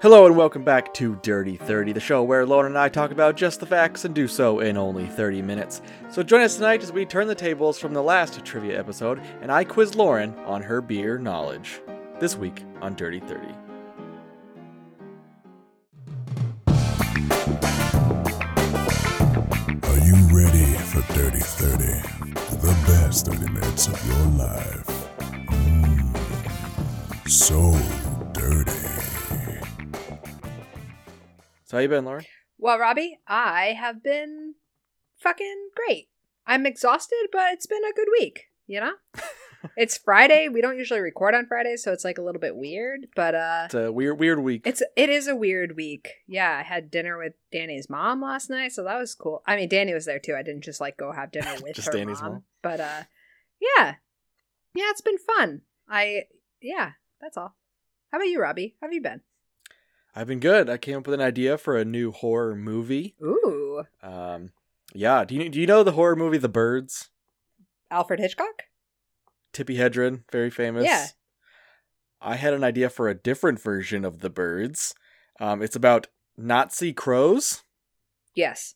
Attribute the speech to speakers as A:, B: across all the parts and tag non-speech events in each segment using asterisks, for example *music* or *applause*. A: Hello and welcome back to Dirty 30, the show where Lauren and I talk about just the facts and do so in only 30 minutes. So join us tonight as we turn the tables from the last trivia episode and I quiz Lauren on her beer knowledge. This week on Dirty 30.
B: Are you ready for Dirty 30? The best 30 minutes of your life. Mm, so dirty.
A: So how you been, Lauren?
C: Well, Robbie, I have been fucking great. I'm exhausted, but it's been a good week,
A: *laughs*
C: you know? it's Friday. We don't usually record on Fridays, so it's like a little bit weird, but uh
A: It's a weird weird week.
C: it's it is a weird week. Yeah, I had dinner with Danny's mom last night, so that was cool. I mean, Danny was there too. I didn't just like go
A: *laughs*
C: have dinner with
A: Just
C: her
A: Danny's
C: mom,
A: mom.
C: But uh yeah. Yeah, it's been fun. I yeah, that's all. How about you, Robbie? How have you been?
A: I've been good. I came up with an idea for a new horror movie.
C: Ooh,
A: Um yeah, do you do you know the horror movie The Birds?
C: Alfred Hitchcock?
A: Tippi Hedren, very famous.
C: Yeah.
A: I had an idea for a different version of The Birds. Um, it's about Nazi crows,
C: Yes.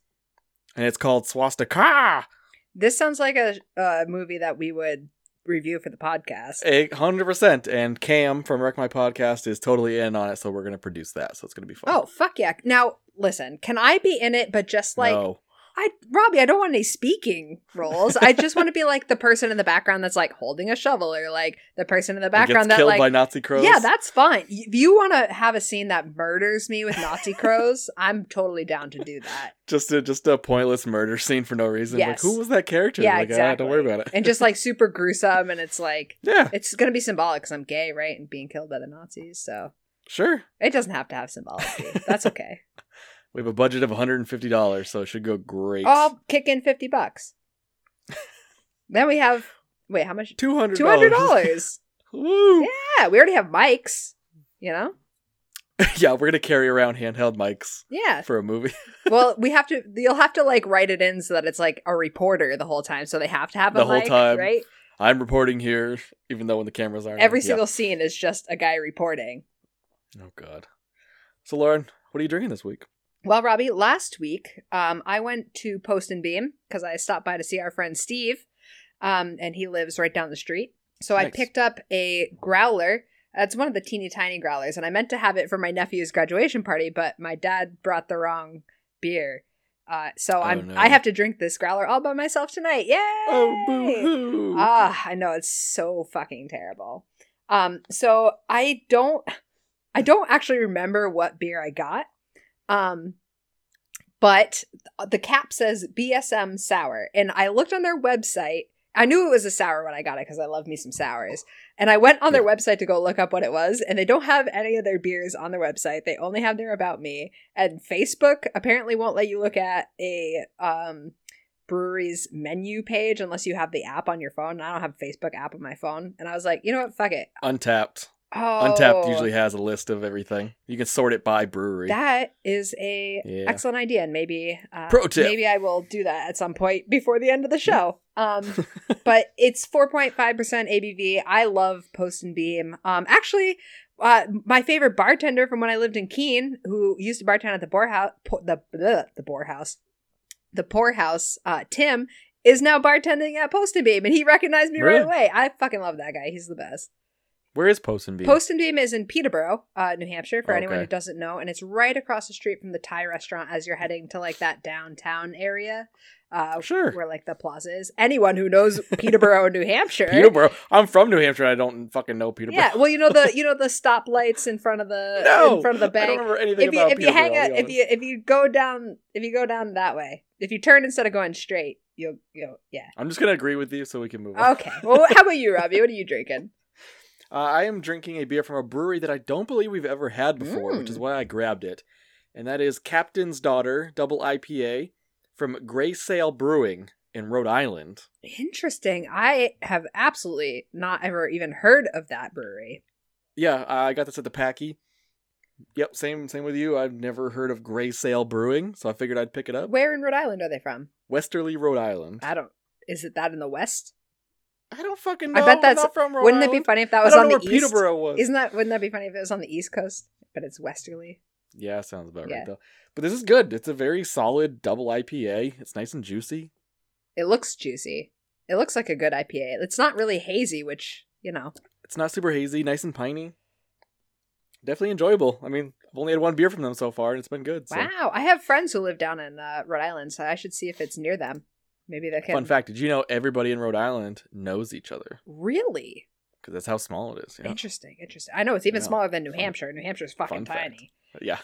A: and it's called Swastika.
C: This sounds like a, a movie that we would review for the podcast.
A: A hundred percent. And Cam from Wreck My Podcast is totally in on it, so we're gonna produce that. So it's gonna be fun.
C: Oh, fuck yeah. Now, listen, can I be in it, but just like,
A: no.
C: I, Robbie, I don't want any speaking roles. I just want to be like the person in the background that's like holding a shovel or like the person in the
A: And
C: background
A: gets
C: that
A: killed
C: like.
A: by Nazi crows.
C: Yeah, that's fine. If you want to have a scene that murders me with
A: *laughs*
C: Nazi crows, I'm totally down to do that.
A: just a just a pointless murder scene for no reason. Like
C: Yes.
A: who was that character?
C: Yeah,
A: like ah, don't worry
C: exactly.
A: about it.
C: And just like super gruesome, and it's like,
A: *laughs* yeah,
C: it's going to be symbolic because I'm gay, right? And being killed by the Nazis. So
A: sure.
C: it doesn't have to have symbology.
A: *laughs*
C: That's okay.
A: We have a budget of one hundred and fifty dollars, so it should go great.
C: I'll kick in fifty bucks. then we have wait, how much?
A: two hundred
C: Two
A: *laughs*
C: hundred dollars.
A: Woo!
C: yeah, we already have mics. You know?
A: *laughs* yeah, we're gonna carry around handheld mics
C: Yeah.
A: for a movie. *laughs*
C: Well, we have to. You'll have to like write it in so that it's like a reporter the whole time. So they have to have a
A: The whole
C: mic,
A: time.
C: right?
A: I'm reporting here, even though when the cameras aren't.
C: Every
A: on.
C: single scene is just a guy reporting.
A: Yeah. Oh God. So Lauren, what are you drinking this week?
C: Well, Robbie, last week um, I went to Post and Beam because I stopped by to see our friend Steve, um, and he lives right down the street. So I
A: Nice.
C: picked up a growler. It's one of the teeny tiny growlers, and I meant to have it for my nephew's graduation party, but my dad brought the wrong beer. Uh, so
A: Oh,
C: I'm
A: no.
C: I have to drink this growler all by myself tonight. Yay!
A: Oh boo hoo!
C: Ah, I know it's so fucking terrible. Um, so I don't, I don't actually remember what beer I got. Um, but the cap says BSM sour, and I looked on their website. I knew it was a sour when I got it because I love me some sours. And I went on their website to go look up what it was, and they don't have any of their beers on their website. They only have their about me. And Facebook apparently won't let you look at a um, brewery's menu page unless you have the app on your phone. And I don't have Facebook app on my phone. And I was like, you know what? Fuck it.
A: Untapped.
C: Oh,
A: Untapped usually has a list of everything. You can sort it by brewery.
C: That is a
A: Yeah.
C: excellent idea, and maybe uh,
A: Pro tip.
C: maybe I will do that at some point before the end of the show. Um,
A: *laughs*
C: but it's four point five percent ABV. I love Post and Beam. Um, actually, uh, my favorite bartender from when I lived in Keene, who used to bartend at the Boar House, po- the bleh, the Boar House, the Poor House, uh, Tim is now bartending at Post and Beam, and he recognized me
A: Really?
C: right away. I fucking love that guy. He's the best.
A: Where is Post and Beam?
C: Post and Beam is in Peterborough, uh, New Hampshire, for anyone
A: Oh, Okay.
C: who doesn't know, and it's right across the street from the Thai restaurant as you're heading to like that downtown area, uh,
A: Oh, Sure.
C: where like the plaza is. Anyone
A: *laughs*
C: who knows Peterborough, in New Hampshire,
A: Peterborough. I'm from New Hampshire. I don't fucking know Peterborough. *laughs*
C: yeah, well, you know the you know the stoplights in front of the
A: no,
C: in front of the
A: I don't
C: bank.
A: remember anything
C: If you
A: about
C: if you hang
A: Peterborough, I'll
C: out
A: be
C: if you if you go down if you go down that way, if you turn instead of going straight, you'll you'll yeah.
A: honest. I'm just gonna agree with you so we can move on.
C: Okay. Well, how about you, Robbie? What are
A: *laughs*
C: you drinking?
A: Uh, I am drinking a beer from a brewery that I don't believe we've ever had before, which is why I grabbed it. And that is Captain's Daughter Double IPA from Gray Sail Brewing in Rhode Island.
C: Interesting. I have absolutely not ever even heard of that brewery.
A: Yeah, I got this at the Packy. Yep, same same with you. I've never heard of Gray Sail Brewing, so I figured I'd pick it up.
C: Where in Rhode Island are they from?
A: Westerly, Rhode Island.
C: I don't. Is it that in the West?
A: I don't fucking
C: I
A: know.
C: bet
A: I'm
C: that's-
A: not from Rhode
C: Wouldn't it
A: Island.
C: be funny if that
A: I
C: was
A: don't
C: on
A: know
C: the
A: where
C: East?
A: Peterborough was.
C: Isn't that? Wouldn't that be funny if it was on the East Coast? but it's westerly.
A: Yeah, sounds about
C: Yeah.
A: right though. But this is good. It's a very solid double IPA. It's nice and juicy.
C: It looks juicy. It looks like a good IPA. It's not really hazy, which you know.
A: It's not super hazy, nice and piney. Definitely enjoyable. I mean, I've only had one beer from them so far, and it's been good. So.
C: Wow, I have friends who live down in uh, Rhode Island, so I should see if it's near them. Maybe they can.
A: Fun fact: Did you know everybody in Rhode Island knows each other
C: Really
A: because that's how small it is? Yeah.
C: interesting. Interesting. I know it's even
A: Yeah.
C: smaller than New
A: Fun-
C: Hampshire. New Hampshire's fucking
A: fun fact.
C: tiny.
A: Yeah.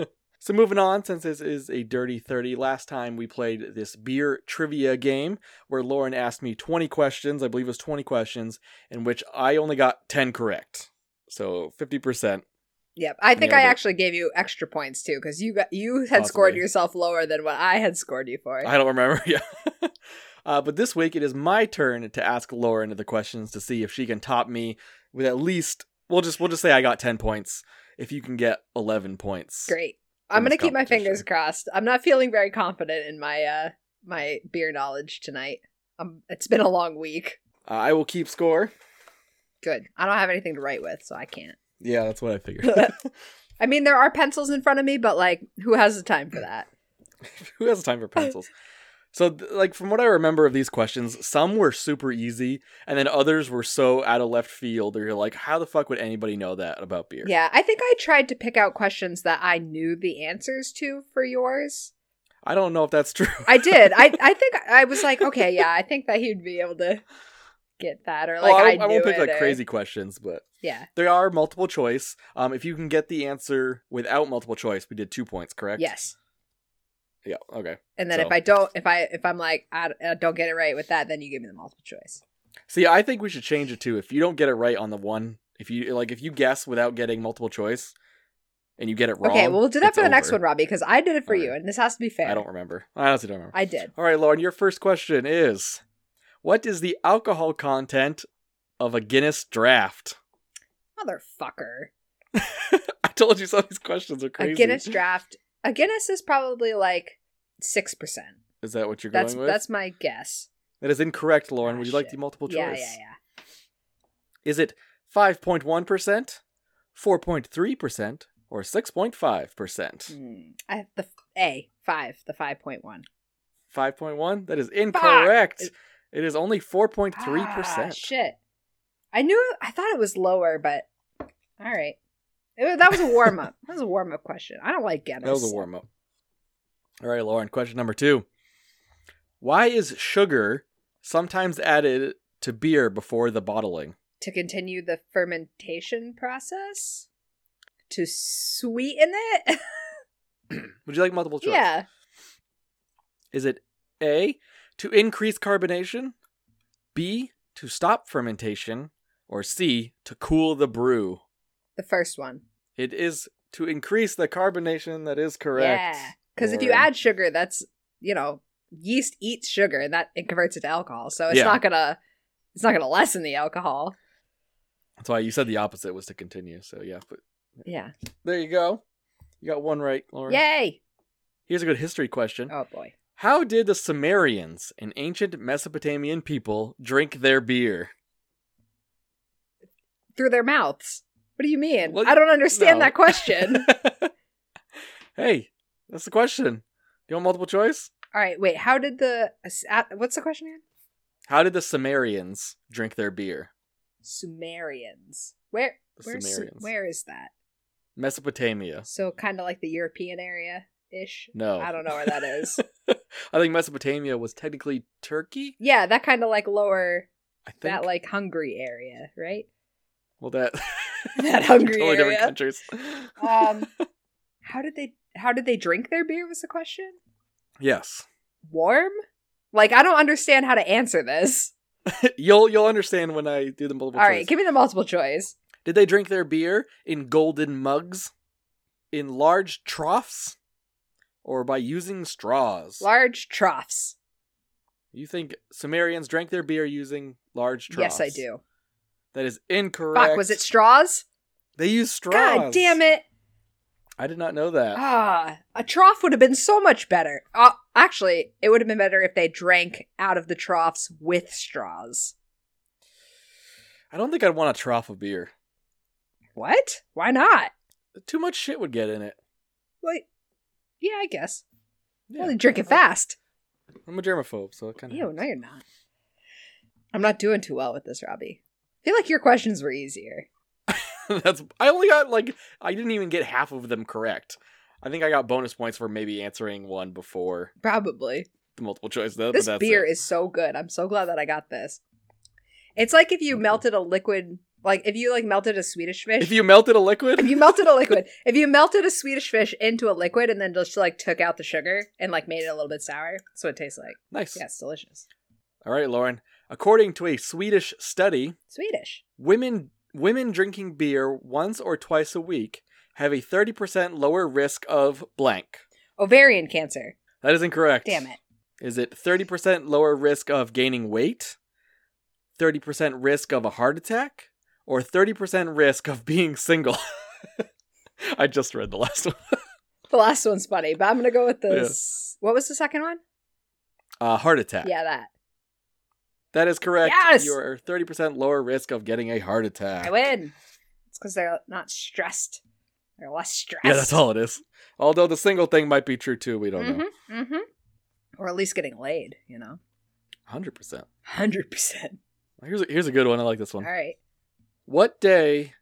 A: *laughs* so moving on, since this is a dirty 30, last time we played this beer trivia game where Lauren asked me 20 questions, I believe it was 20 questions, in which I only got 10 correct. So 50%.
C: Yep. I think
A: Nailed it.
C: I actually gave you extra points too because you got you had scored
A: Possibly.
C: yourself lower than what I had scored you for.
A: I don't remember. *laughs* Yeah. uh, but this week it is my turn to ask Lauren the questions to see if she can top me with at least we'll just we'll just say I got 10 points. If you can get 11 points.
C: Great.
A: in
C: I'm gonna
A: this
C: keep my fingers
A: competition.
C: crossed. I'm not feeling very confident in my uh my beer knowledge tonight. Um, it's been a long week.
A: Uh, I will keep score.
C: Good. I don't have anything to write with, so
A: *laughs*
C: I can't.
A: Yeah, that's what I figured. *laughs*
C: I mean, there are pencils in front of me, but like, who has the time for that?
A: Who has time for
C: *laughs*
A: pencils? So, th- like, from what I remember of these questions, some were super easy, and then others were so out of left field, or you're like, how the fuck would anybody know that about beer?
C: Yeah, I think I tried to pick out questions that I knew the answers to for yours.
A: I don't know if that's *laughs* true.
C: I did. I I think I was like, okay, yeah, I think that he'd be able to get that, or like
A: Well,
C: I,
A: Oh, I, I
C: knew
A: won't pick
C: it, eh?
A: like
C: or-
A: crazy questions, but
C: Yeah,
A: there are multiple choice. Um, if you can get the answer without multiple choice, we did two points, correct?
C: yes.
A: Yeah. Okay.
C: And then
A: So-
C: if I don't, if I if I'm like I, I don't get it right with that, then you give me the multiple choice.
A: See, I think we should change it to if you don't get it right on the one, if you like, if you guess without getting multiple choice, and you get it wrong.
C: okay, well, we'll do that
A: it's
C: for the next
A: over.
C: one, Robbie, because I did it for
A: All
C: you,
A: right.
C: and this has to be fair.
A: I don't remember. I honestly don't remember.
C: I did.
A: All right, Lauren, your first question is What is the alcohol content of a Guinness draft? *laughs*
C: Motherfucker.
A: I told you some of these questions are crazy.
C: A Guinness draft. A Guinness is probably like six percent.
A: Is that what you're
C: That's
A: going with?
C: that's my guess.
A: That is incorrect, Lauren.
C: Ah,
A: Would you like
C: shit.
A: the multiple choice?
C: Yeah, yeah, yeah.
A: Is it 5.1%, 4.3%, or 6.5%?
C: Hmm. I the A five the five point one.
A: 5.1? That is incorrect. It is only 4.3%.
C: Ah, Shit, I knew. I thought it was lower, but all right. It was- that was a
A: *laughs*
C: warm up. that was a warm up question. I don't like Guinness.
A: That was a warm up. All right, Lauren, question number two. Why is sugar sometimes added to beer before the bottling?
C: to continue the fermentation process to sweeten it. *laughs*
A: Would you like multiple choice?
C: yeah,
A: Is it A, to increase carbonation, B, to stop fermentation, or C, to cool the brew?
C: the first one.
A: It is to increase the carbonation. That is correct.
C: Yeah, because if you
A: Lauren.
C: add sugar, that's you know yeast eats sugar and that it converts it to alcohol, so it's
A: Yeah.
C: not gonna it's not gonna lessen the alcohol.
A: That's why you said the opposite was to continue. So, yeah. But
C: Yeah.
A: there you go. You got one right, Lauren.
C: Yay!
A: Here's a good history question.
C: Oh boy.
A: How did the Sumerians, an ancient Mesopotamian people, drink their beer?
C: Through their mouths. What do you mean?
A: Well,
C: I don't understand
A: no. *laughs*
C: that question.
A: hey, that's the question. You want multiple choice?
C: All right, wait. How did the uh, what's the question again?
A: How did the Sumerians drink their beer?
C: Sumerians. Where?
A: The
C: Where's, Su-
A: Sumerians.
C: Where is that?
A: Mesopotamia.
C: So kind of like the European area ish.
A: No.
C: I don't know where
A: *laughs*
C: that is.
A: I think Mesopotamia was technically Turkey.
C: yeah, that kind of like lower
A: I think.
C: that like Hungary area, right?
A: well, that
C: *laughs*
A: *laughs*
C: That hungry
A: totally different
C: area.
A: countries. *laughs*
C: Um, how did they? How did they drink their beer? Was the question
A: yes, *laughs*
C: warm? Like I don't understand how to answer this.
A: you'll you'll understand when I do the multiple
C: All
A: choice.
C: right, give me the multiple choice.
A: Did they drink their beer in golden mugs, in large troughs, or by using straws?
C: Large troughs.
A: you think Sumerians drank their beer using large troughs?
C: Yes, I do.
A: That is incorrect.
C: Fuck, was it straws?
A: they used straws.
C: God damn it!
A: I did not know that.
C: Ah, a trough would have been so much better. Uh, actually, it would have been better if they drank out of the troughs with straws.
A: I don't think I'd want a trough of beer.
C: What? Why not?
A: Too much shit would get in it.
C: Wait. Yeah, I guess.
A: Yeah.
C: Well, you drink it fast.
A: I'm a germaphobe, so it kind of.
C: Ew, no, you're not. I'm not doing too well with this, Robbie. I feel like your questions were easier.
A: *laughs* That's I only got like I didn't even get half of them correct. I think I got bonus points for maybe answering one before
C: Probably.
A: the multiple choice. That,
C: This
A: that's
C: beer
A: it.
C: is so good. I'm so glad that I got this. It's like if you melted a liquid, like if you like melted a Swedish fish.
A: If you melted a liquid,
C: *laughs* if you melted a liquid, if you melted a Swedish fish into a liquid and then just like took out the sugar and like made it a little bit sour, so it tastes like
A: *laughs* nice.
C: yeah, it's delicious.
A: All right, Lauren. According to a Swedish study,
C: Swedish.
A: women women drinking beer once or twice a week have a 30% lower risk of blank.
C: Ovarian cancer.
A: That is incorrect.
C: Damn it.
A: Is it 30% lower risk of gaining weight, 30% risk of a heart attack, or 30% risk of being single? *laughs* I just read the last one.
C: The last one's funny, but I'm gonna go with
A: Yeah.
C: this. What was the second one?
A: Uh, heart attack.
C: Yeah, that.
A: That is correct.
C: Yes!
A: You are 30% lower risk of getting a heart attack.
C: I win. It's because they're not stressed. They're less stressed.
A: Yeah, that's all it is. Although the single thing might be true too. We don't know.
C: Mm-hmm. Mm-hmm. Or at least getting laid, you know?
A: 100%.
C: 100%.
A: Here's a, here's a good one. I like this
C: All
A: one.
C: right.
A: What day?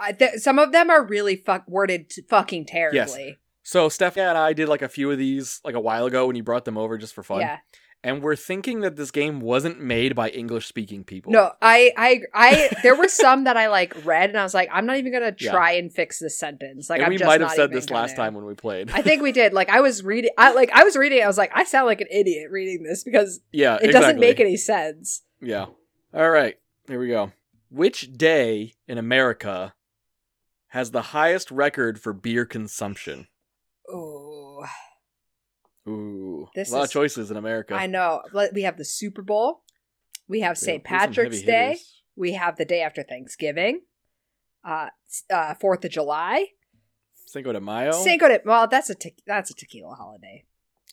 C: I, th- some of them are really fuck worded t- fucking terribly.
A: So Steph and I did like a few of these like a while ago when you brought them over just for fun.
C: Yeah.
A: And we're thinking that this game wasn't made by English speaking people.
C: No, I, I,
A: *laughs*
C: I, there were some that I like read and I was like, I'm not even going to
A: Yeah.
C: try and fix this sentence. Like,
A: and
C: I'm
A: we
C: just
A: might have
C: not
A: said
C: even
A: this last
C: gonna-
A: time when we played.
C: I think we did. Like, I was reading, I like, I was reading, it, I was like, I sound like an idiot reading this because
A: *laughs* yeah,
C: it doesn't make any sense.
A: Yeah. All right. Here we go. Which day in America has the highest record for beer consumption?
C: Ooh.
A: Ooh,
C: This
A: a lot
C: is-
A: of choices in America.
C: I know. Let- We have the Super Bowl. We have
A: Yeah,
C: St.
A: there's some heavy
C: Patrick's Day.
A: hitters.
C: We have the day after Thanksgiving. Uh, s- uh, Fourth of July.
A: Cinco de Mayo.
C: Cinco de well, that's a te- that's a tequila holiday.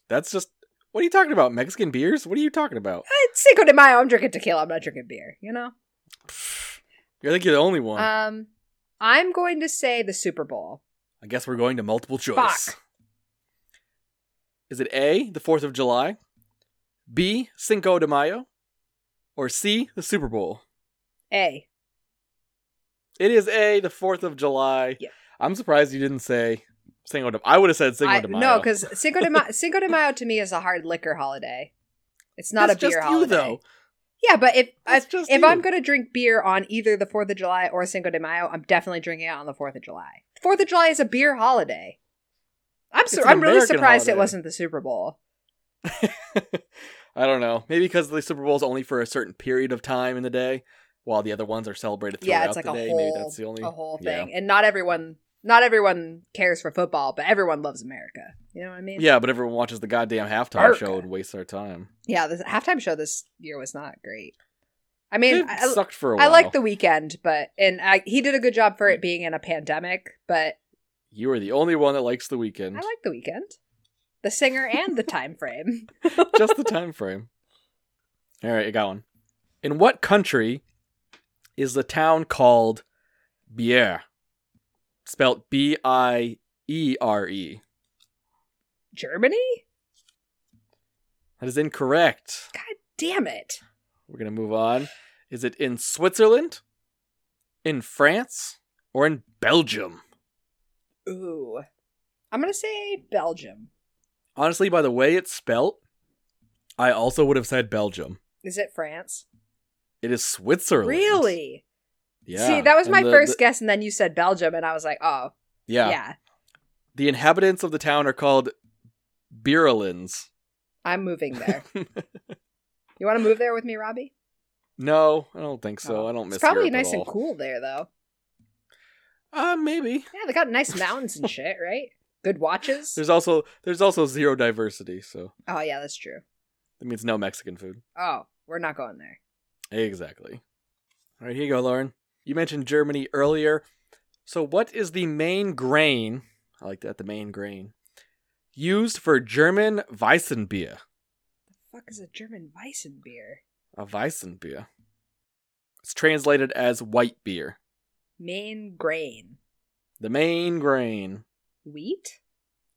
A: That's just. What are you talking about? Mexican beers? What are you talking about? *sighs*
C: It's Uh, Cinco de Mayo. I'm drinking tequila. I'm not drinking beer. You know.
A: Pfft. I think you're the only one.
C: Um, I'm going to say the Super Bowl.
A: I guess we're going to multiple choice.
C: Fuck.
A: Is it A, the 4th of July, B, Cinco de Mayo, or C, the Super Bowl?
C: A.
A: It is A, the 4th of July.
C: Yeah.
A: I'm surprised you didn't say Cinco de I would have said Cinco
C: I,
A: de Mayo.
C: no, because Cinco de Mayo, Cinco de Mayo to me is a hard liquor holiday. It's not
A: That's
C: a beer
A: just
C: holiday.
A: you, though.
C: Yeah, but if
A: That's
C: if,
A: just
C: if
A: you.
C: I'm gonna drink beer on either the Fourth of July or Cinco de Mayo, I'm definitely drinking it on the Fourth of July. Fourth of July is a beer holiday. I'm sur-
A: It's an
C: I'm really
A: American
C: surprised it
A: holiday.
C: wasn't the Super Bowl.
A: *laughs* I don't know. Maybe because the Super Bowl is only for a certain period of time in the day, while the other ones are celebrated throughout
C: yeah, it's like
A: the
C: a
A: day.
C: whole
A: Maybe that's the only
C: a whole
A: yeah.
C: thing, and not everyone not everyone cares for football, but everyone loves America. You know what I mean?
A: Yeah, but everyone watches the goddamn halftime
C: America.
A: show and wastes our time.
C: yeah. The halftime show this year was not great. I mean,
A: it
C: I,
A: sucked for a while. Mm.
C: I like the weekend, but and I, he did a good job for it being in a pandemic, but
A: You are the only one that likes the weekend.
C: I like the weekend, the singer, and the time frame.
A: *laughs* Just the time frame. All right, you got one. In what country is the town called Biere? Spelt B I E R E.
C: Germany?
A: That is incorrect.
C: Damn it.
A: We're going to move on. Is it in Switzerland, in France, or in Belgium?
C: Ooh. I'm going to say Belgium.
A: Honestly, by the way it's spelt, I also would have said Belgium.
C: Is it France?
A: It is Switzerland.
C: Really?
A: Yeah.
C: See, that was
A: And
C: my
A: the-
C: first
A: the-
C: guess, and then you said Belgium, and I was like, oh, yeah.
A: yeah. The inhabitants of the town are called Birolins.
C: I'm moving there. you want to move there with me, Robbie?
A: *laughs* no, I don't think so.
C: Oh.
A: I *laughs* don't miss
C: It's probably
A: Europe at
C: nice and
A: all.
C: cool there, though.
A: Uh, maybe.
C: Yeah, they got nice mountains and shit, right? Good
A: *laughs*
C: watches.
A: There's also there's also zero diversity, so
C: Oh, yeah, that's true.
A: that means no Mexican food.
C: Oh, we're not going there.
A: Exactly. All right, here you go, Lauren. You mentioned Germany earlier. So what is the main grain? I like that the main grain used for German Weissenbier.
C: The fuck is a German Weissen beer?
A: A Weissenbier. It's translated as white beer.
C: Main grain.
A: The main grain.
C: Wheat?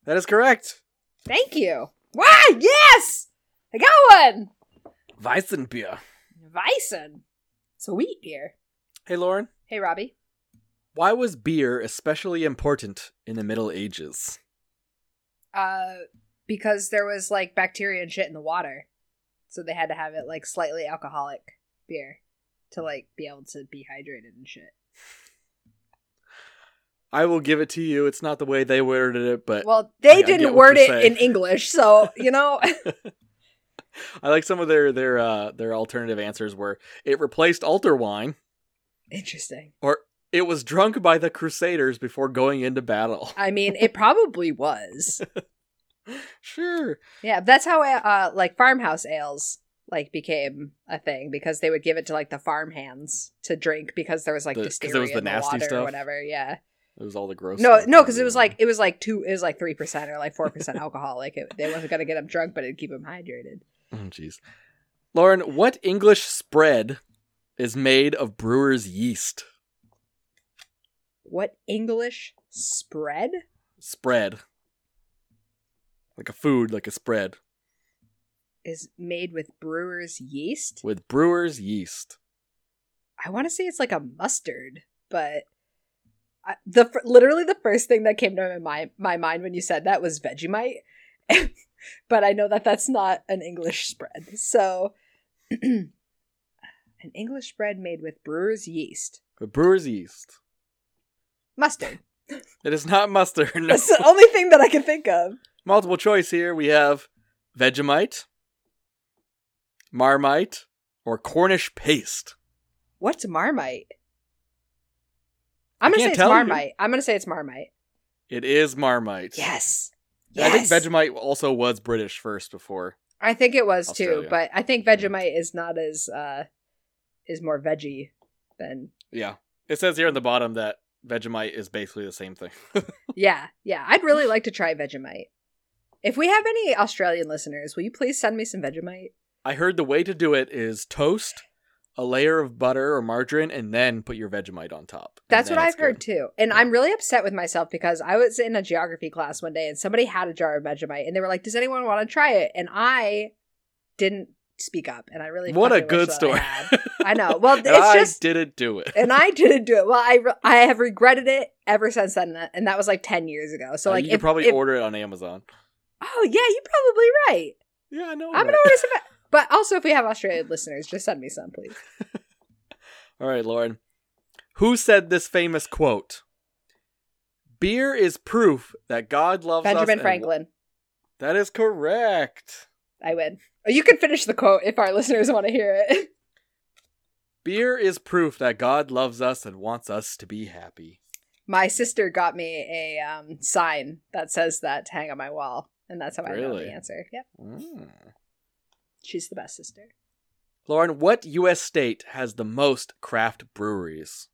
A: That is correct.
C: Thank you. Wow, yes! I got one!
A: Weizenbier.
C: Weizen. It's a wheat beer.
A: Hey, Lauren.
C: Hey, Robbie.
A: Why was beer especially important in the Middle Ages?
C: Uh, because there was like bacteria and shit in the water. So they had to have it like slightly alcoholic beer to like be able to be hydrated and shit.
A: I will give it to you. It's not the way they worded it, but
C: Well, they
A: I get
C: didn't
A: what
C: word
A: you're
C: it
A: saying.
C: in English, so you know. *laughs*
A: I like some of their their uh, their alternative answers were it replaced altar wine.
C: Interesting.
A: It was drunk by the Crusaders before going into battle.
C: I mean, it probably was.
A: *laughs* Sure.
C: Yeah, that's how uh like farmhouse ales like became a thing because they would give it to like the farm hands to drink because there was like
A: The- 'cause
C: distillery
A: it was the
C: in the
A: nasty
C: water or
A: stuff?
C: whatever. Yeah.
A: It was all the gross.
C: No,
A: stuff
C: no,
A: that
C: because
A: we
C: it was
A: were-
C: like it was like two, it was like three percent or like four percent alcohol. Like it, they wasn't gonna get them drunk, but it'd keep them hydrated.
A: Oh, jeez. Lauren, what English spread is made of brewer's yeast?
C: What English spread?
A: Spread. Like a food, like a spread.
C: is made with brewer's yeast.
A: With brewer's yeast.
C: I want to say it's like a mustard, but I, the fir- literally the first thing that came to my my mind when you said that was Vegemite. *laughs* but I know that that's not an English spread. So *clears throat* an English spread made with brewer's yeast.
A: With brewer's yeast.
C: Mustard.
A: It is not mustard. no.
C: That's the only thing that I can think of.
A: Multiple choice here. We have Vegemite, Marmite, or Cornish paste.
C: What's Marmite? I'm
A: I
C: going
A: can't
C: to say
A: tell
C: it's
A: you.
C: Marmite. I'm going to say it's Marmite.
A: It is Marmite.
C: Yes.
A: And I think
C: Yes.
A: Vegemite also was British first before.
C: I think it was too,
A: Australia.
C: but I think Vegemite is not as uh is more veggie than
A: Yeah. It says here on the bottom that Vegemite is basically the same thing.
C: Yeah, yeah. I'd really like to try Vegemite. If we have any Australian listeners, will you please send me some Vegemite?
A: I heard the way to do it is toast a layer of butter or margarine and then put your Vegemite on top. And
C: That's what
A: then
C: I've
A: it's
C: heard
A: good.
C: too. And
A: Yeah.
C: I'm really upset with myself because I was in a geography class one day and somebody had a jar of Vegemite and they were like, Does anyone want to try it? And I didn't speak up and I really
A: What a
C: fucking wish
A: good
C: that I
A: story.
C: had. I know.
A: *laughs*
C: Well,
A: And
C: it's
A: I
C: just
A: didn't do it.
C: and I didn't do it. Well, I re- I have regretted it ever since then, that- and that was like ten years ago. So
A: Uh,
C: like,
A: you could
C: if-
A: probably
C: if-
A: order it on Amazon.
C: Oh yeah, you're probably right.
A: Yeah, I know.
C: I'm
A: right?
C: gonna
A: *laughs*
C: order some. But also, if we have Australian listeners, just send me some, please.
A: All right, Lauren. Who said this famous quote? Beer is proof that God loves us.
C: Benjamin
A: and-
C: Franklin.
A: That is correct.
C: I win. Oh, you can finish the quote if our listeners want to hear it. *laughs*
A: Beer is proof that God loves us and wants us to be happy.
C: My sister got me a um, sign that says that to hang on my wall, and that's how I know
A: Really?
C: the answer. Yep,
A: Mm.
C: she's the best sister.
A: Lauren, what U.S. state has the most craft breweries?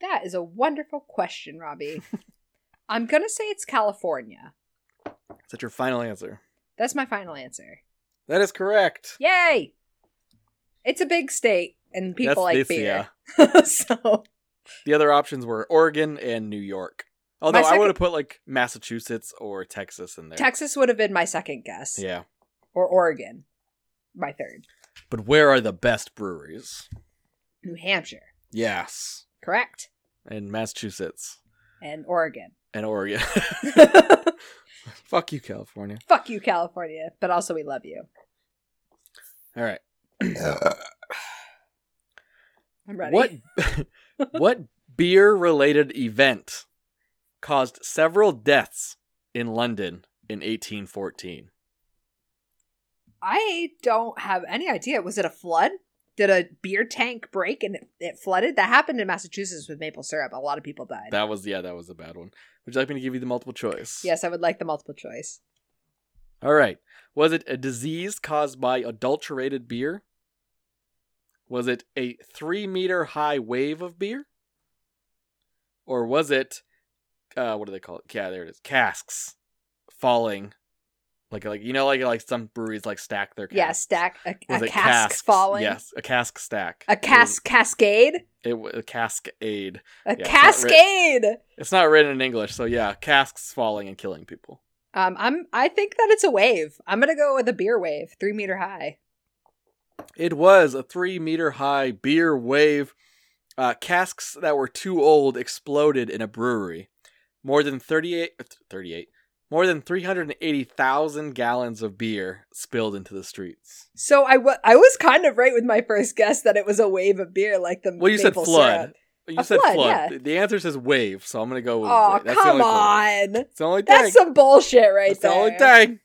C: That is a wonderful question,
A: *laughs*
C: Robbie. I'm gonna say it's California.
A: Is that your final answer?
C: That's my final answer.
A: That is correct.
C: Yay! It's a big state, and people like
A: this,
C: beer.
A: yeah.
C: *laughs* so
A: The other options were Oregon and New York. Although I
C: second-
A: would have put like Massachusetts or Texas in there.
C: Texas would have been my second guess,
A: Yeah.
C: or Oregon, my third.
A: But where are the best breweries?
C: New Hampshire,
A: Yes.
C: correct,
A: And Massachusetts
C: and Oregon. *laughs*
A: and Oregon. *laughs* Fuck you, California.
C: Fuck you, California, but also we love you.
A: All right.
C: I'm ready.
A: What *laughs* what beer related event caused several deaths in London in 1814?
C: I don't have any idea. Was it a flood? Did a beer tank break and it, it flooded? That happened in Massachusetts with maple syrup. A lot of people died.
A: That was yeah, that was a bad one. Would you like me to give you the multiple choice?
C: yes, I would like the multiple choice.
A: All right. Was it a disease caused by adulterated beer? Was it a three meter high wave of beer? Or was it, uh, what do they call it? Yeah, there it is. Casks falling, like like you know like like some breweries like stack their casks.
C: Yeah, stack a,
A: Was
C: a
A: it
C: cask
A: casks?
C: falling.
A: Yes, a cask stack.
C: A
A: It was-
C: cask cascade.
A: It, It wa- a cascade.
C: A
A: it's not writ-
C: cascade.
A: It's not written in English, so yeah, casks falling and killing people.
C: Um, I'm. I think that it's a wave. I'm gonna go with a beer wave, three meter high.
A: It was a three meter high beer wave. Uh, casks that were too old exploded in a brewery. More than 38, 38 more than 380,000 gallons of beer spilled into the streets.
C: So I wa- I was kind of right with my first guess that it was a wave of beer, like the
A: Well, you said
C: maple
A: flood.
C: syrup.
A: You
C: A
A: said
C: flood,
A: flood.
C: yeah.
A: The- The answer says wave, so I'm going to go with
C: Oh
A: wave. That's the
C: come
A: only thing.
C: on,
A: It's the only thing.
C: that's some bullshit right
A: That's the
C: there.
A: only thing.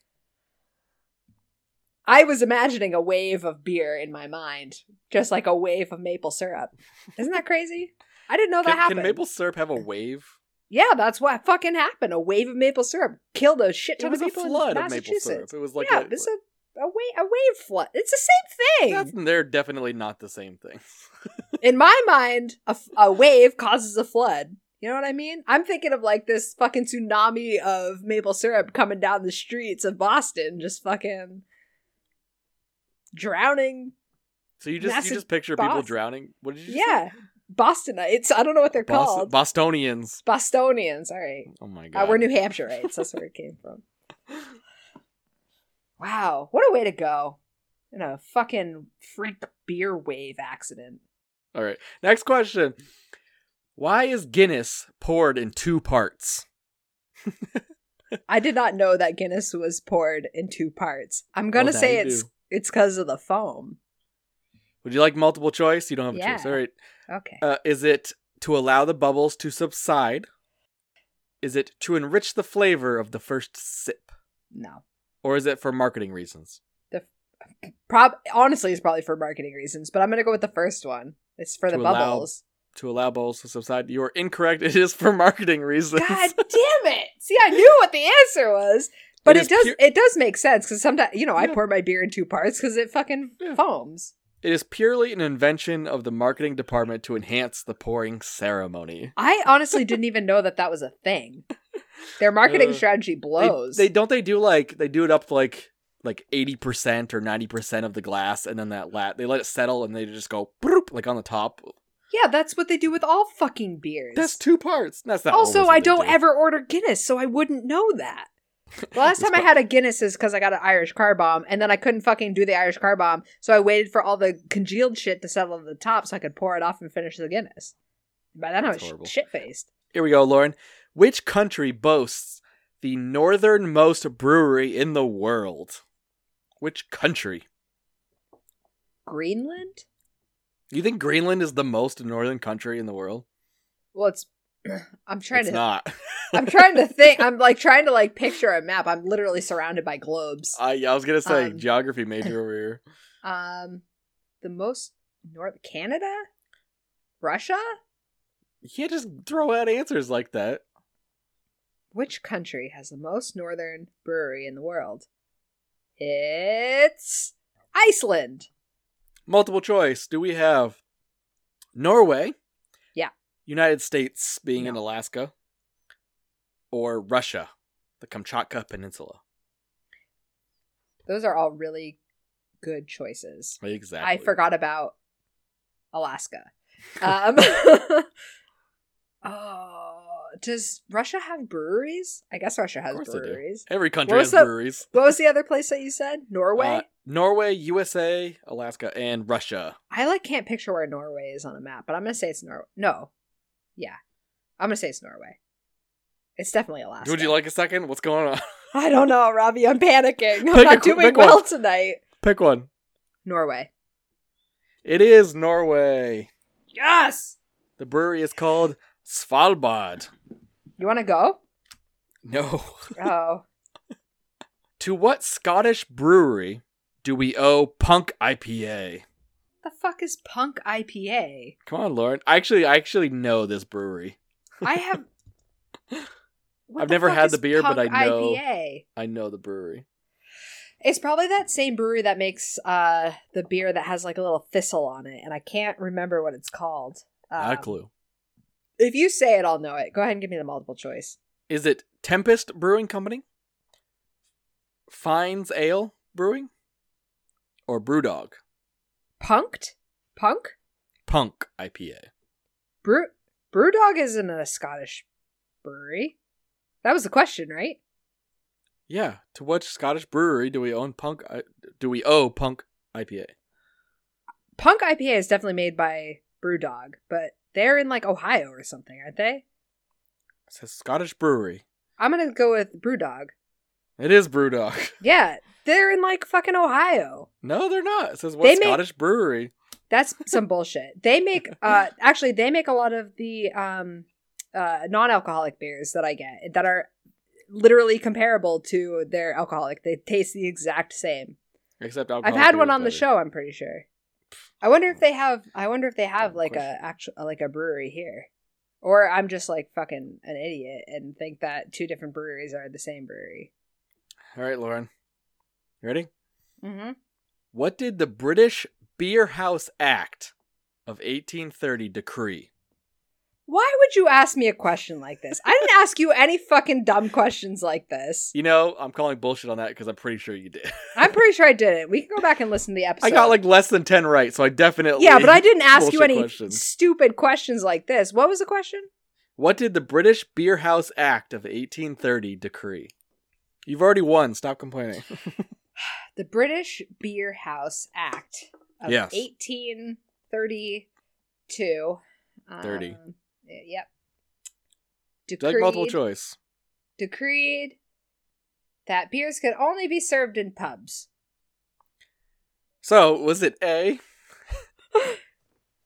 C: I was imagining a wave of beer in my mind, just like a wave of maple syrup. Isn't that crazy? I didn't know that
A: Can,
C: happened.
A: can maple syrup have a wave?
C: Yeah, that's what fucking happened. A wave of maple syrup killed a shit
A: It
C: ton
A: was
C: of
A: a
C: people
A: flood
C: in
A: of maple
C: Massachusetts.
A: syrup. It was like
C: yeah,
A: a,
C: it's a a wave a wave flood. It's the same
A: that's,
C: thing.
A: they're definitely not the same thing.
C: *laughs* in my mind, a, f- a wave causes a flood. You know what I mean? I'm thinking of like this fucking tsunami of maple syrup coming down the streets of Boston, just fucking drowning.
A: So you just
C: Massive
A: you just picture people
C: Boston.
A: drowning. What did you? Just
C: Yeah, Bostonites. I don't know what they're
A: Bos-
C: called.
A: Bostonians.
C: Bostonians. All right.
A: Oh my god.
C: Uh, we're New Hampshireites. That's where it came
A: *laughs*
C: from. Wow. What a way to go. In a fucking freak beer wave accident.
A: All right. Next question. Why is Guinness poured in two parts?
C: I did not know that Guinness was poured in two parts. I'm gonna
A: Oh, now
C: say
A: you
C: it's
A: do.
C: it's because of the foam.
A: Would you like multiple choice? You don't have a choice.
C: Yeah.
A: All right.
C: Okay.
A: Uh, is it to allow the bubbles to subside? Is it to enrich the flavor of the first sip?
C: no.
A: Or is it for marketing reasons?
C: Prob honestly it's probably for marketing reasons, but I'm gonna go with the first one. It's for
A: To
C: the
A: allow- *laughs*
C: bubbles.
A: To allow bubbles to subside? You are incorrect. It is for marketing reasons.
C: God damn it! See, I knew what the answer was. But
A: It
C: it,
A: is
C: does
A: pure-
C: it does make sense because sometimes you know I
A: Yeah.
C: pour my beer in two parts because it fucking
A: Yeah.
C: foams.
A: It is purely an invention of the marketing department to enhance the pouring ceremony.
C: I honestly didn't even know that that was a thing. Their marketing
A: Uh,
C: strategy
A: They-
C: blows.
A: They, don't they do like they do it up to like like eighty percent or ninety percent of the glass, and then that lat they let it settle, and they just go bloop, like on the top.
C: yeah, that's what they do with all fucking beers.
A: That's two parts. That's not always
C: also,
A: what
C: I
A: they
C: don't
A: do.
C: ever order Guinness, so I wouldn't know
A: *laughs*
C: that. The
A: That's
C: last time I
A: what-
C: had a Guinness is because I got an Irish car bomb, and then I couldn't fucking do the Irish car bomb, so I waited for all the congealed shit to settle to the top so I could pour it off and finish the Guinness. By then
A: That's
C: I
A: horrible.
C: was shit faced.
A: Here we go, Lauren. Which country boasts the northernmost brewery in the world? Which country?
C: Greenland?
A: You think Greenland is the most northern country in the world?
C: Well, it's. *clears throat* I'm trying
A: it's
C: to.
A: not.
C: I'm trying to think. I'm like trying to like picture a map. I'm literally surrounded by globes.
A: *laughs* I, I was gonna say
C: Um,
A: geography
C: *laughs*
A: major over here.
C: Um, the most north Canada, Russia.
A: You can't just throw out answers like that.
C: Which country has the most northern brewery in the world? It's Iceland.
A: Multiple choice. Do we have Norway?
C: Yeah.
A: United States being in
C: No.
A: Alaska? Or Russia, the Kamchatka Peninsula?
C: Those are all really good choices.
A: Exactly.
C: I forgot about
A: *laughs*
C: Alaska. Um, *laughs* oh, does Russia have breweries? I guess Russia has
A: course they do.
C: breweries.
A: Every country
C: What
A: has
C: was the-
A: breweries.
C: What was the other place that you said? Norway.
A: Uh, Norway, USA, Alaska, and Russia.
C: I like can't picture where Norway is on a map, but I'm gonna say it's Norway. No, yeah, I'm gonna say it's Norway. It's definitely Alaska.
A: Would you like a second? What's going on? *laughs*
C: I don't know, Robbie. I'm panicking.
A: Pick a
C: I'm not
A: qu-
C: doing
A: pick one.
C: well tonight.
A: Pick one.
C: Norway.
A: It is Norway.
C: Yes.
A: The brewery is called Svalbard.
C: You want to go?
A: No. *laughs*
C: Oh,
A: to what Scottish brewery do we owe Punk IPA?
C: the fuck is Punk IPA?
A: Come on, Lauren. I actually, I actually know this brewery. *laughs*
C: I have. What
A: I've never
C: fuck
A: had
C: is
A: the beer, but
C: Punk
A: I know-
C: IPA.
A: I know the brewery.
C: It's probably that same brewery that makes uh the beer that has like a little thistle on it, and I can't remember what it's called.
A: Not a
C: Um,
A: clue.
C: If you say it, I'll know it. Go ahead and give me the multiple choice.
A: Is it Tempest Brewing Company, Fines Ale Brewing, or Brewdog
C: Punked? Punk?
A: Punk IPA?
C: Brew Brewdog isn't a Scottish brewery. That was the question, right?
A: Yeah. To what Scottish brewery do we own Punk? I- Do we owe Punk IPA?
C: Punk IPA is definitely made by Brewdog, but they're in like Ohio or something, aren't they?
A: It says Scottish brewery.
C: I'm gonna go with Brewdog.
A: It is BrewDog. *laughs*
C: Yeah, they're in like fucking Ohio.
A: No, they're not. It says what
C: They make-
A: Scottish brewery?
C: That's some bullshit. They make uh actually they make a lot of the um uh non-alcoholic beers that I get that are literally comparable to their alcoholic. They taste the exact same.
A: Except
C: I've
A: alcohol.
C: had one
A: beer is
C: on the
A: better.
C: show, I'm pretty sure. I wonder if they have I wonder if they have
A: Dumb
C: like a
A: question.
C: actual uh, like a brewery here. Or I'm just like fucking an idiot and think that two different breweries are the same brewery.
A: All right, Lauren. You ready?
C: Mm-hmm.
A: What did the British Beer House Act of 1830 decree?
C: Why would you ask me a question like this? I didn't ask you any fucking dumb questions like this.
A: You know, I'm calling bullshit on that because I'm pretty sure you did. *laughs*
C: I'm pretty sure I did it. We can go back and listen to the episode.
A: I got like less than 10 right, so I definitely.
C: yeah, but I didn't ask you
A: bullshit
C: any
A: questions.
C: stupid questions like this. What was the question?
A: What did the British Beer House Act of 1830 decree? You've already won. Stop complaining. *laughs*
C: The British Beer House Act of
A: Yes.
C: 1832. Um,
A: Thirty.
C: y- Yep.
A: Do you like multiple
C: Decreed-
A: choice?
C: Decreed that beers could only be served in pubs.
A: So, was it A, *laughs*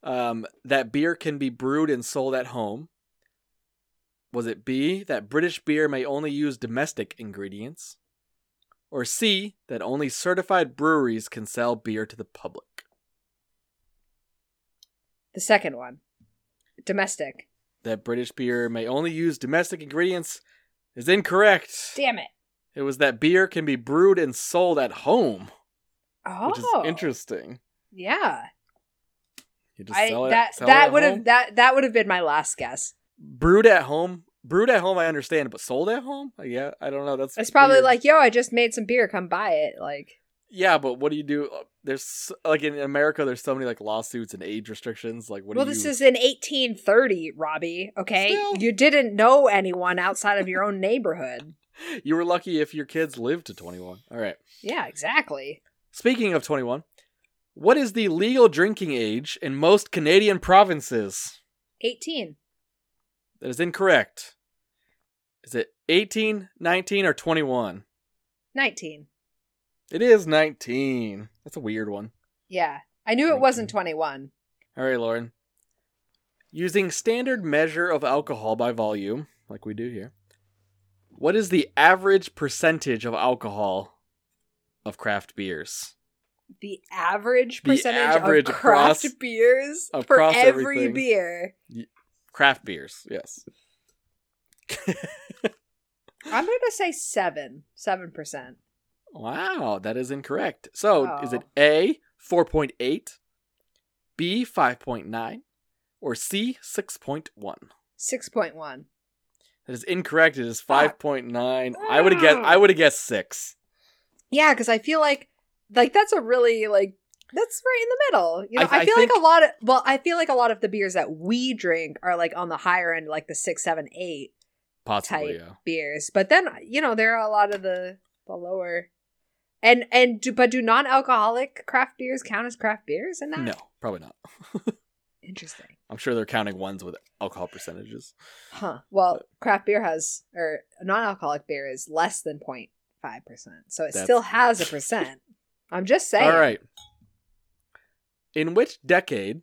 A: um, that beer can be brewed and sold at home? Was it B, that British beer may only use domestic ingredients? Or C, that only certified breweries can sell beer to the public?
C: The second one, domestic.
A: That British beer may only use domestic ingredients is incorrect.
C: Damn it.
A: It was that beer can be brewed and sold at home,
C: Oh,
A: which is interesting.
C: Yeah,
A: You just
C: I,
A: sell it.
C: that
A: sell it
C: that
A: at
C: would
A: home.
C: have that that would have been my last guess.
A: brewed at home. Brewed at home, I understand, but sold at home? Like, Yeah, I don't know. That's
C: It's probably
A: weird.
C: like, yo, I just made some beer. Come buy it. Like,
A: yeah, but what do you do? Uh, There's s- like in America, there's so many like lawsuits and age restrictions. Like, what?
C: well,
A: do
C: this
A: you...
C: is in 1830, Robbie. Okay,
A: Still.
C: you didn't know anyone outside of your own neighborhood.
A: you were lucky if your kids lived to 21. All right.
C: Yeah, exactly.
A: Speaking of 21, what is the legal drinking age in most Canadian provinces?
C: 18.
A: That is incorrect. Is it 18, 19, or 21?
C: 19.
A: It is 19. That's a weird one.
C: Yeah, I knew it wasn't 21.
A: All right, Lauren. Using standard measure of alcohol by volume, like we do here, what is the average percentage of alcohol of craft beers?
C: The average
A: The
C: percentage
A: average
C: of craft
A: across-
C: beers for
A: across
C: every
A: everything.
C: beer.
A: Craft beers, yes. *laughs*
C: I'm gonna say seven, seven percent.
A: Wow, that is incorrect. So, is
C: Oh.
A: it A, 4.8, B, 5.9, or C, 6.1?
C: Six point one.
A: That is incorrect. It is 5.9. I would have guessed I would have guessed 6.
C: Yeah, because I feel like like that's a really like that's right in the middle. You know,
A: I-
C: I,
A: I
C: feel
A: think-
C: like a lot of well, I feel like a lot of the beers that we drink are like on the higher end, like the six, seven, eight
A: Possibly,
C: Tight.
A: yeah.
C: beers. But then you know there are a lot of the the lower and and do, but do non-alcoholic craft beers count as craft beers? And that
A: No, probably not.
C: interesting,
A: I'm sure they're counting ones with alcohol percentages.
C: huh? Well, craft beer has or non-alcoholic beer is less than 05 percent, so it
A: That's-
C: still has a percent. I'm just saying.
A: *laughs* All right. In which decade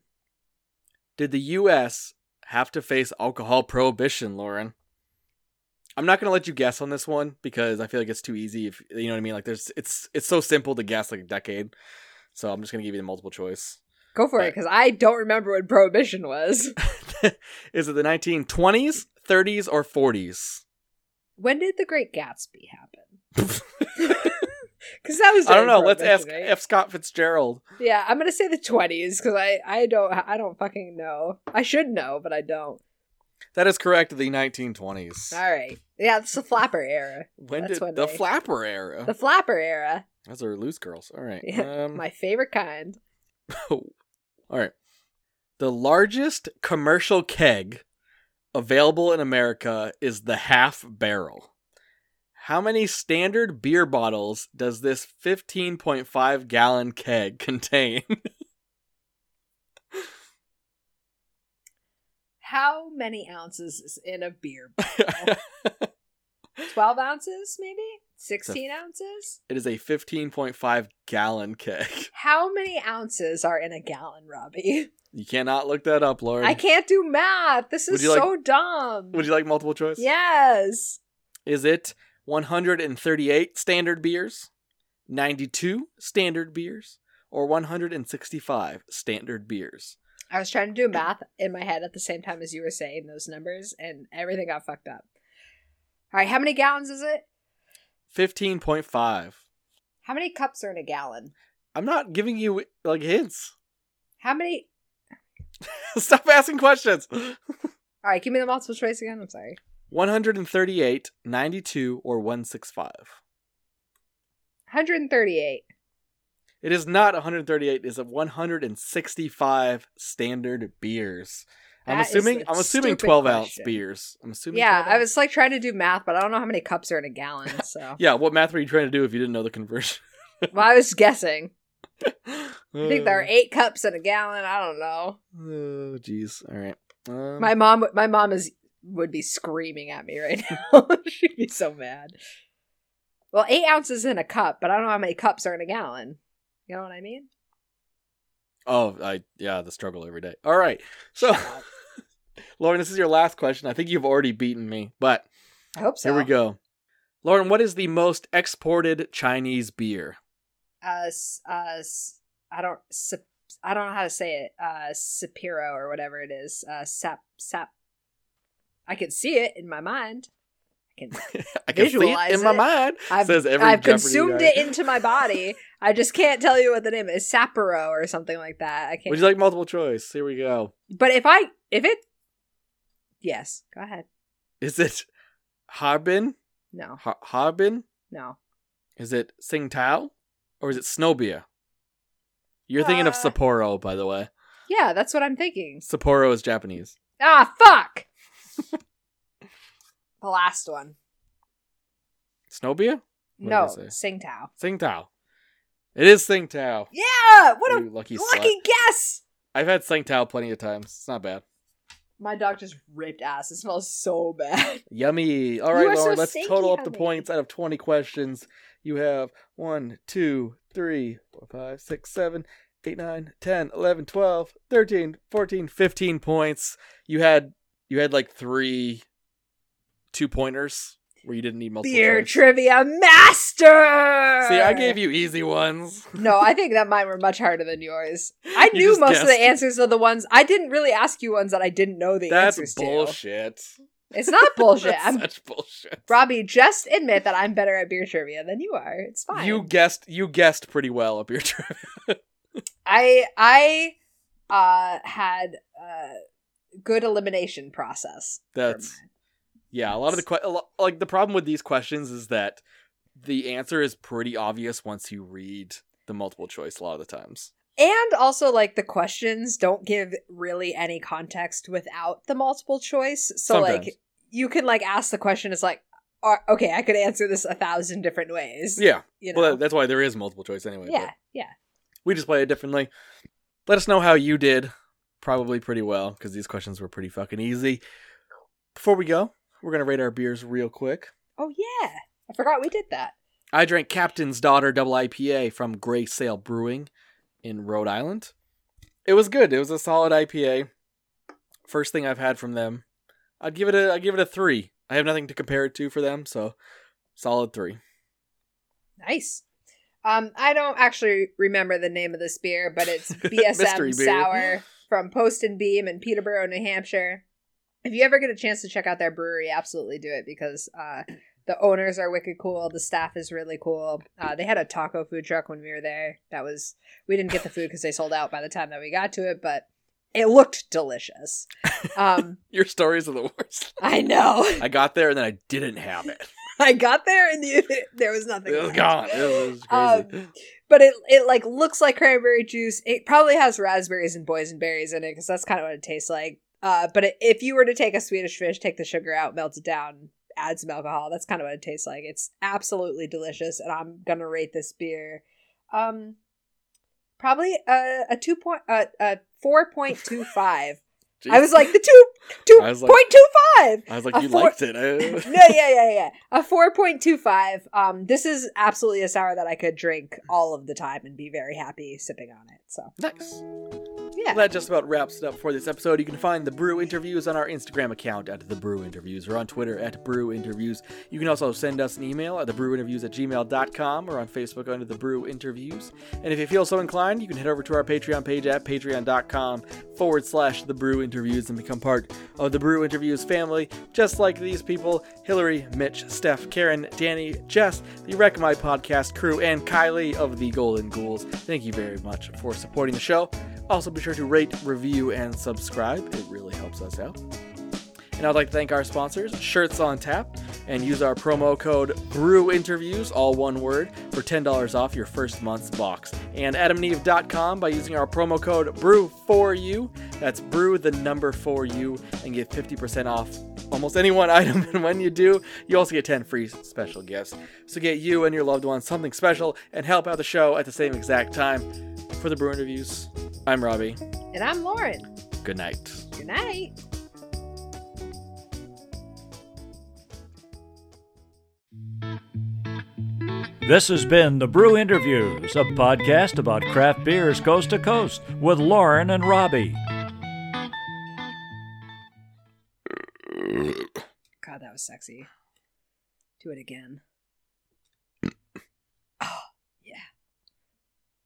A: did the U.S. have to face alcohol prohibition, Lauren? I'm not gonna let you guess on this one because I feel like it's too easy. If you know what I mean, like there's it's it's so simple to guess like a decade. So I'm just gonna give you the multiple choice.
C: Go for it, because I don't remember what prohibition was.
A: Is it the 1920s, 30s, or 40s?
C: *laughs* When did the Great Gatsby happen? *laughs* Because that
A: *laughs*
C: was
A: I don't
C: during
A: know. Let's ask
C: Prohibition, right?
A: F. Scott Fitzgerald.
C: yeah, I'm gonna say the 20s because I I don't I don't fucking know. I should know, but I don't.
A: That is correct. The 1920s.
C: All right. Yeah, it's the flapper era.
A: When
C: That's
A: did
C: when
A: the
C: they-
A: flapper era?
C: The flapper era.
A: Those are loose girls. All right.
C: Yeah,
A: um,
C: My favorite kind.
A: all right. The largest commercial keg available in America is the half barrel. How many standard beer bottles does this 15.5 gallon keg *laughs* contain?
C: How many ounces is in
A: *laughs*
C: a beer? 12 ounces, maybe? 16 ounces?
A: it is a 15.5 gallon keg.
C: How many ounces are in a gallon, Robbie?
A: You cannot look that up, Lauren.
C: I can't do math. This
A: Would
C: is
A: you like-
C: so dumb.
A: Would you like multiple choice?
C: Yes.
A: Is it 138 standard beers, 92 standard beers, or 165 standard beers?
C: I was trying
A: *clears throat*
C: to do math in my head at the same time as you were saying those numbers, and everything got fucked up. All right, how many gallons is it?
A: 15.5.
C: How many cups are in a gallon?
A: I'm not giving you like hints. *laughs*
C: How many?
A: Stop asking questions.
C: All right, give me the multiple choice again. I'm sorry.
A: 138, 92, or 165.
C: 138.
A: It is not 138. It is a 165 standard beers. I'm
C: That is
A: assuming.
C: a
A: I'm assuming
C: stupid
A: 12 ounce
C: question.
A: beers. I'm assuming.
C: Yeah,
A: 12
C: I
A: ounce.
C: was like trying to do math, but I don't know how many cups are in
A: *laughs*
C: a gallon. So,
A: Yeah, what math were you trying to do if you didn't know the conversion? *laughs*
C: well, I was guessing.
A: I
C: I think
A: Uh.
C: there are eight cups in a gallon. I don't know.
A: Oh, jeez. All right. Um,
C: My mom, would- my mom is would be screaming at me right *laughs* now. She'd be so mad. Well, eight ounces in a cup, but I don't know how many cups are in a gallon. You know what I mean?
A: oh, I yeah, the struggle every day. All right. So, *laughs*
C: Shut up.
A: Lauren, this is your last question. I think you've already beaten me, but
C: I hope so.
A: here we go. Lauren, what is the most exported Chinese beer? *laughs*
C: Uh, s- uh, s- I don't, sup- I don't know how to say it. Uh, Sapiro or whatever it is. Uh, sap, sap. I can see it in my mind.
A: *laughs*
C: I can
A: I can
C: Visualize
A: see it in my
C: it.
A: mind.
C: I've,
A: Says every
C: I've
A: Jeopardy
C: consumed
A: guy.
C: it into my body. I just can't tell you what the name is. Sapporo or something like that. I
A: *laughs*
C: can't.
A: Would you like multiple choice? Here we go.
C: but if I, if it, yes, go ahead.
A: Is it Harbin?
C: No,
A: Ha- Harbin?
C: no.
A: Is it Tsingtao? Or is it Snow Beer? You're thinking of
C: Uh,
A: Sapporo, by the way.
C: Yeah, that's what I'm thinking.
A: Sapporo is Japanese.
C: Ah, fuck. *laughs* the last one.
A: Snow Beer? What did I
C: No,
A: say?
C: Singtao.
A: Tsingtao. It is Tsingtao.
C: Yeah, what a
A: You lucky slut.
C: lucky guess.
A: I've had Tsingtao plenty of times. It's not bad.
C: My dog just ripped ass. It smells so bad.
A: Yummy. All
C: You
A: right,
C: are so
A: Lauren, let's
C: stinky,
A: total up the
C: honey.
A: points out of 20 questions. You have 1, 2, 3, 4, 5, 6, 7, 8, 9, 10, 11, 12, 13, 14, 15 points. You had you had like 3 two-pointers where you didn't need multiple
C: Beer
A: choice.
C: trivia master.
A: See, I gave you easy ones.
C: No, I think that mine were much harder than yours.
A: *laughs*
C: I
A: You
C: knew
A: just
C: most of the
A: guessed.
C: answers of the ones I didn't really ask you ones that I didn't know the
A: That's
C: answers
A: bullshit. *laughs*
C: to. It's not bullshit.
A: That's
C: I'm,
A: such bullshit.
C: Robbie, just admit that I'm better at beer trivia than you are. It's fine.
A: You guessed you guessed pretty well up your *laughs* trip.
C: I I uh had uh good elimination process. for
A: That's
C: mine.
A: yeah. A lot of the que- a lo- like the problem with these questions is that the answer is pretty obvious once you read the multiple choice a lot of the times.
C: and also like the questions don't give really any context without the multiple choice. So
A: Sometimes.
C: like you can like ask the question it's like "Are- okay, I could answer this a thousand different ways.
A: Yeah,
C: you know?
A: well that- that's why there is multiple choice anyway. but
C: yeah, yeah.
A: we just play it differently. Let us know how you did. Probably pretty well because these questions were pretty fucking easy. Before we go, we're gonna rate our beers real quick.
C: Oh yeah, I forgot we did that.
A: I drank Captain's Daughter Double IPA from Gray Sail Brewing in Rhode Island. It was good. It was a solid IPA. First thing I've had from them. I'd give it a I'd give it a three. I have nothing to compare it to for them, so solid three. *laughs*
C: Nice. Um, I don't actually remember the name of this beer, but it's
A: *laughs*
C: BSM
A: Mystery beer.
C: Sour from Post and Beam in Peterborough, New Hampshire. If you ever get a chance to check out their brewery, absolutely do it because uh, the owners are wicked cool. The staff is really cool. Uh, they had a taco food truck when we were there. That was we didn't get the food because they sold out by the time that we got to it, but it
A: *laughs*
C: looked delicious. Um,
A: Your stories are the worst.
C: I know. *laughs*
A: I got there and then I didn't have it.
C: I got *laughs* there and the, there was nothing.
A: It was
C: left.
A: gone. It was crazy.
C: Um, but it it like looks like cranberry juice. It probably has raspberries and boysenberries in it because that's kind of what it tastes like. Uh, but it, if you were to take a Swedish fish, take the sugar out, melt it down, add some alcohol, that's kind of what it tastes like. It's absolutely delicious, and I'm gonna rate this beer, um, probably a, a two point a, a four point two
A: *laughs*
C: five. I was like the two two
A: I was
C: point
A: like-
C: two five.
A: I was
C: a
A: like, you
C: four-
A: liked it. *laughs* eh?"
C: *laughs* no, yeah, yeah, yeah. A four point two five. Um, this is absolutely a sour that I could drink all of the time and be very happy sipping on it. So
A: nice.
C: yeah,
A: Well, that just about wraps it up for this episode. You can find the Brew Interviews on our Instagram account at The Brew Interviews or on Twitter at Brew Interviews. You can also send us an email at thebrewinterviews at gmail.com or on Facebook under The Brew Interviews. And if you feel so inclined, you can head over to our Patreon page at patreon.com forward slash The Brew Interviews and become part of the Brew Interviews family, just like these people Hillary, Mitch, Steph, Karen, Danny, Jess, the Wreck My Podcast crew, and Kylie of the Golden Ghouls. Thank you very much for supporting the show. Also, be sure to rate, review, and subscribe. It really helps us out. And I'd like to thank our sponsors, Shirts on Tap, and use our promo code BREWINTERVIEWS, all one word, for $10 off your first month's box. And adamandeve.com by using our promo code BREW4U, that's BREW the number 4U, and get 50% off almost any one *laughs* item. And when you do, you also get 10 free special gifts. So get you and your loved ones something special and help out the show at the same exact time. For the Brew Interviews, I'm Robbie.
C: and I'm Lauren.
A: Good night.
C: Good night.
D: This has been The Brew Interviews, a podcast about craft beers coast to coast with Lauren and Robbie.
C: God, that was sexy. Do it again.